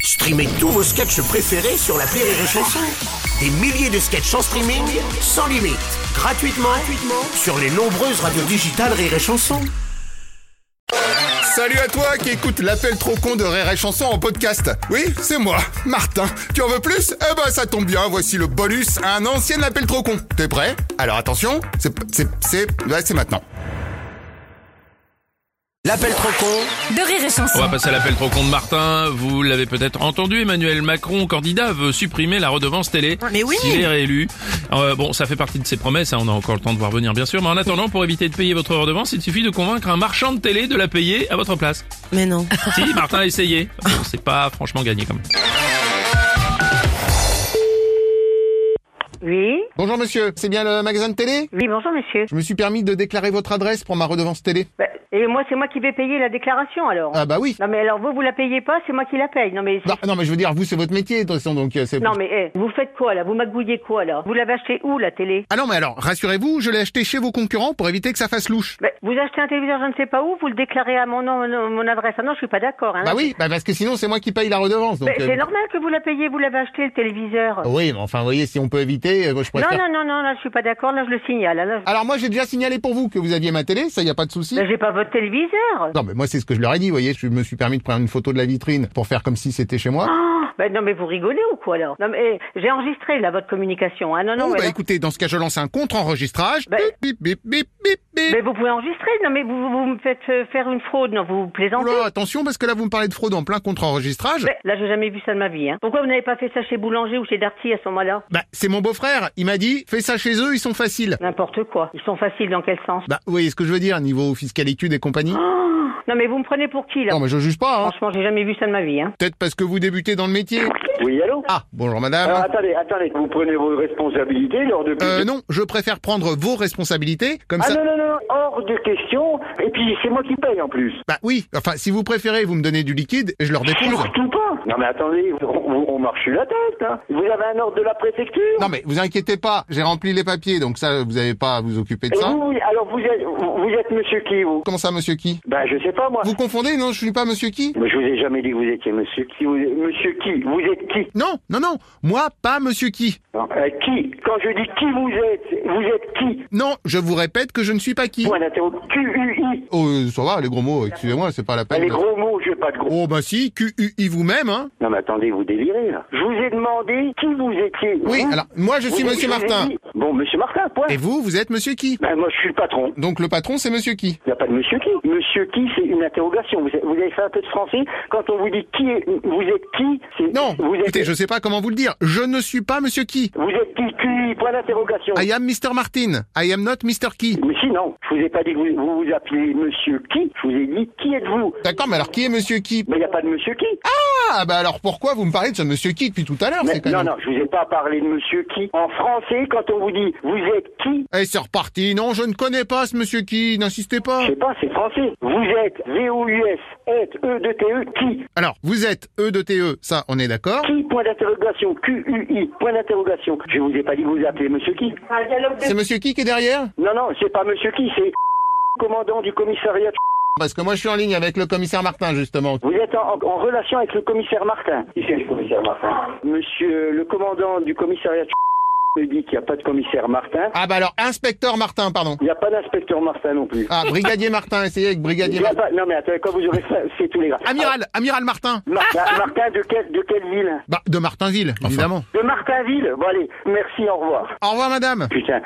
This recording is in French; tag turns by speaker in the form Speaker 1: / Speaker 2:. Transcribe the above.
Speaker 1: Streamez tous vos sketchs préférés sur la Rire et Chanson. Des milliers de sketchs en streaming, sans limite, gratuitement, gratuitement sur les nombreuses radios digitales Rire et Chanson.
Speaker 2: Salut à toi qui écoute l'appel trop con de Rire et Chanson en podcast. Oui, c'est moi, Martin. Tu en veux plus Eh ben ça tombe bien, voici le bonus à un ancien appel trop con. T'es prêt Alors attention, c'est c'est c'est ouais, c'est maintenant.
Speaker 1: L'appel trop con
Speaker 3: de rire et
Speaker 4: On
Speaker 3: chanson.
Speaker 4: va passer à l'appel trop con de Martin. Vous l'avez peut-être entendu, Emmanuel Macron, candidat, veut supprimer la redevance télé.
Speaker 3: Mais oui.
Speaker 4: S'il est réélu. Euh, bon, ça fait partie de ses promesses, hein, on a encore le temps de voir venir, bien sûr. Mais en attendant, pour éviter de payer votre redevance, il suffit de convaincre un marchand de télé de la payer à votre place.
Speaker 3: Mais non.
Speaker 4: si, Martin a essayé. Bon, C'est pas franchement gagné, comme.
Speaker 5: Oui,
Speaker 2: Bonjour monsieur, c'est bien le magasin de télé
Speaker 5: oui, bonjour monsieur.
Speaker 2: Je me suis permis de déclarer votre adresse pour ma redevance télé.
Speaker 5: Bah, et moi, c'est moi qui vais payer la déclaration alors.
Speaker 2: Ah bah oui.
Speaker 5: Non mais alors vous, vous la payez pas, c'est moi qui la paye. Non mais c'est-
Speaker 2: Non, non, mais je veux dire, vous c'est votre métier, de toute façon, donc euh, c'est.
Speaker 5: non mais eh, vous faites quoi là Vous magouillez quoi là Vous l'avez acheté où la télé
Speaker 2: Ah non, mais alors, rassurez-vous, je l'ai acheté chez vos concurrents pour éviter que ça fasse louche.
Speaker 5: Bah, Vous achetez un téléviseur, je ne sais pas où. Vous le déclarez à mon nom, non, mon adresse. Ah non, je suis pas d'accord. Hein,
Speaker 2: Bah
Speaker 5: là.
Speaker 2: oui, bah parce que sinon c'est moi qui paye la redevance. Donc,
Speaker 5: Bah,
Speaker 2: euh, Ah
Speaker 5: c'est normal que vous la payiez. Vous l'avez acheté le téléviseur.
Speaker 2: Oui, mais enfin, vous voyez, si on peut éviter, euh, moi, je
Speaker 5: non,
Speaker 2: préfère.
Speaker 5: non, non, non, là, je suis pas d'accord. Là, je le signale. Là, je...
Speaker 2: Alors moi, j'ai déjà signalé pour vous que vous aviez ma télé, ça y a pas de souci.
Speaker 5: Bah, j'ai pas votre téléviseur.
Speaker 2: Non, mais moi, c'est ce que je leur ai dit, vous voyez. Je me suis permis de prendre une photo de la vitrine pour faire comme si c'était chez moi.
Speaker 5: Ah, bah, non mais vous rigolez ou quoi alors Non mais eh, j'ai enregistré là votre communication. Hein. Non, non.
Speaker 2: Bon,
Speaker 5: mais,
Speaker 2: bah
Speaker 5: non.
Speaker 2: écoutez, dans ce cas, je lance un contre-enregistrage.
Speaker 5: Bah-
Speaker 2: Bip, bip, bip, bip, bip.
Speaker 5: Mais vous pouvez enregistrer. Non mais vous, vous me faites euh, faire une fraude. Non, vous plaisantez.
Speaker 2: Oula, attention, parce que là, vous me parlez de fraude en plein contre-enregistrage.
Speaker 5: Ouais, là, j'ai jamais vu ça de ma vie. Hein. Pourquoi vous n'avez pas fait ça chez Boulanger ou chez Darty à ce moment-là
Speaker 2: Bah, c'est mon beau-frère. Il m'a dit, fais ça chez eux, ils sont faciles.
Speaker 5: N'importe quoi. Ils sont faciles dans quel sens
Speaker 2: Bah, vous voyez ce que je veux dire, niveau fiscalitude et compagnie.
Speaker 5: Non, mais vous me prenez pour qui là
Speaker 2: Non, mais je juge pas, hein.
Speaker 5: Franchement, j'ai jamais vu ça de ma vie. Hein.
Speaker 2: Peut-être parce que vous débutez dans le métier.
Speaker 6: Oui, allô
Speaker 2: Ah, bonjour
Speaker 6: Alors,
Speaker 2: madame.
Speaker 6: attendez, attendez, vous prenez vos responsabilités lors de...
Speaker 2: Euh, non, je préfère prendre vos responsabilités, comme
Speaker 6: ah
Speaker 2: ça.
Speaker 6: non, non, non, hors de question, et puis c'est moi qui paye en plus.
Speaker 2: Bah oui, enfin, si vous préférez, vous me donnez du liquide et je leur dépose.
Speaker 6: Surtout pas Non mais attendez, on, on- on marche sur la tête, hein. Vous avez un ordre de la préfecture
Speaker 2: Non mais vous inquiétez pas, j'ai rempli les papiers, donc ça vous n'avez pas à vous occuper de
Speaker 6: Et
Speaker 2: ça.
Speaker 6: vous, alors vous êtes, vous vous êtes monsieur qui, vous
Speaker 2: Comment ça, monsieur qui
Speaker 6: Ben, je sais pas, moi.
Speaker 2: Vous confondez Non, je suis pas monsieur qui.
Speaker 6: Mais je vous ai jamais dit que vous étiez monsieur qui. vous- monsieur qui Vous êtes qui
Speaker 2: Non, non, non, moi pas monsieur qui.
Speaker 6: Non, euh, Qui Quand je dis qui vous êtes, vous êtes qui
Speaker 2: Non, je vous répète que je ne suis pas qui.
Speaker 6: Point d'interrogation. Q-U-I.
Speaker 2: Oh, euh, ça va, les gros mots, excusez-moi, c'est pas la
Speaker 6: Ah,
Speaker 2: peine.
Speaker 6: Les
Speaker 2: de-
Speaker 6: gros mots, je veux pas de gros.
Speaker 2: Oh bah si, QUI vous-même, hein
Speaker 6: Non mais attendez, vous délirez là. Je vous ai demandé qui vous étiez.
Speaker 2: Oui,
Speaker 6: Vous
Speaker 2: alors, moi je suis
Speaker 6: Vous-
Speaker 2: monsieur
Speaker 6: je vous ai
Speaker 2: Martin.
Speaker 6: dit- Bon, monsieur Martin, point.
Speaker 2: Et vous, vous êtes monsieur qui
Speaker 6: Ben, moi, je suis le patron.
Speaker 2: Donc le patron, c'est monsieur qui
Speaker 6: Il n'y a pas de monsieur qui. Monsieur qui, c'est une interrogation. Vous, avez- vous avez fait un peu de français. Quand on vous dit qui est, vous êtes qui, c'est.
Speaker 2: Non,
Speaker 6: vous êtes,
Speaker 2: écoutez, je sais pas comment vous le dire. Je ne suis pas monsieur qui.
Speaker 6: Vous êtes qui, qui Point d'interrogation.
Speaker 2: I am Mr. Martin. I am not Mr. qui.
Speaker 6: Mais si, non. Je vous ai pas dit que vous vous, vous appelez monsieur qui. Je vous ai dit qui êtes-vous.
Speaker 2: D'accord, mais alors qui est monsieur qui
Speaker 6: Mais il n'y a pas de monsieur qui.
Speaker 2: Ah, bah alors pourquoi vous me parlez de ce monsieur qui depuis tout à l'heure
Speaker 6: Mais-
Speaker 2: c'est quand
Speaker 6: non,
Speaker 2: même-
Speaker 6: non, je vous ai pas parlé de monsieur qui. En français, quand on vous dit vous êtes qui,
Speaker 2: Eh, c'est reparti. Non, je ne connais pas ce monsieur qui, n'insistez pas.
Speaker 6: je sais pas, c'est français. Vous êtes V-O-U-S, êtes, E-D-T-E, E, qui
Speaker 2: Alors, vous êtes E de TE, ça, on est d'accord
Speaker 6: Qui Point d'interrogation. Q-U-I. Point d'interrogation. Je vous ai pas dit que vous appelez monsieur qui.
Speaker 2: C'est monsieur qui qui est derrière
Speaker 6: Non, non, c'est pas monsieur qui, c'est commandant du commissariat.
Speaker 2: Parce que moi, je suis en ligne avec le commissaire Martin, justement.
Speaker 6: Vous êtes en, en- en relation avec le commissaire Martin. Qui c'est le commissaire Martin Monsieur le commandant du commissariat me dit qu'il n'y a pas de commissaire Martin.
Speaker 2: Ah, bah alors, inspecteur Martin, pardon.
Speaker 6: Il n'y a pas d'inspecteur Martin non plus.
Speaker 2: Ah, brigadier Martin, essayez avec
Speaker 6: Il
Speaker 2: brigadier
Speaker 6: y a
Speaker 2: Martin.
Speaker 6: pas- non mais attendez, quand vous aurez ça, c'est tous les gars.
Speaker 2: Amiral, amiral Martin.
Speaker 6: Ah, Martin, Martin de, quelle, de quelle ville
Speaker 2: Bah, de Martinville, évidemment.
Speaker 6: De Martinville Bon allez, merci, au revoir.
Speaker 2: Au revoir, madame.
Speaker 6: Putain.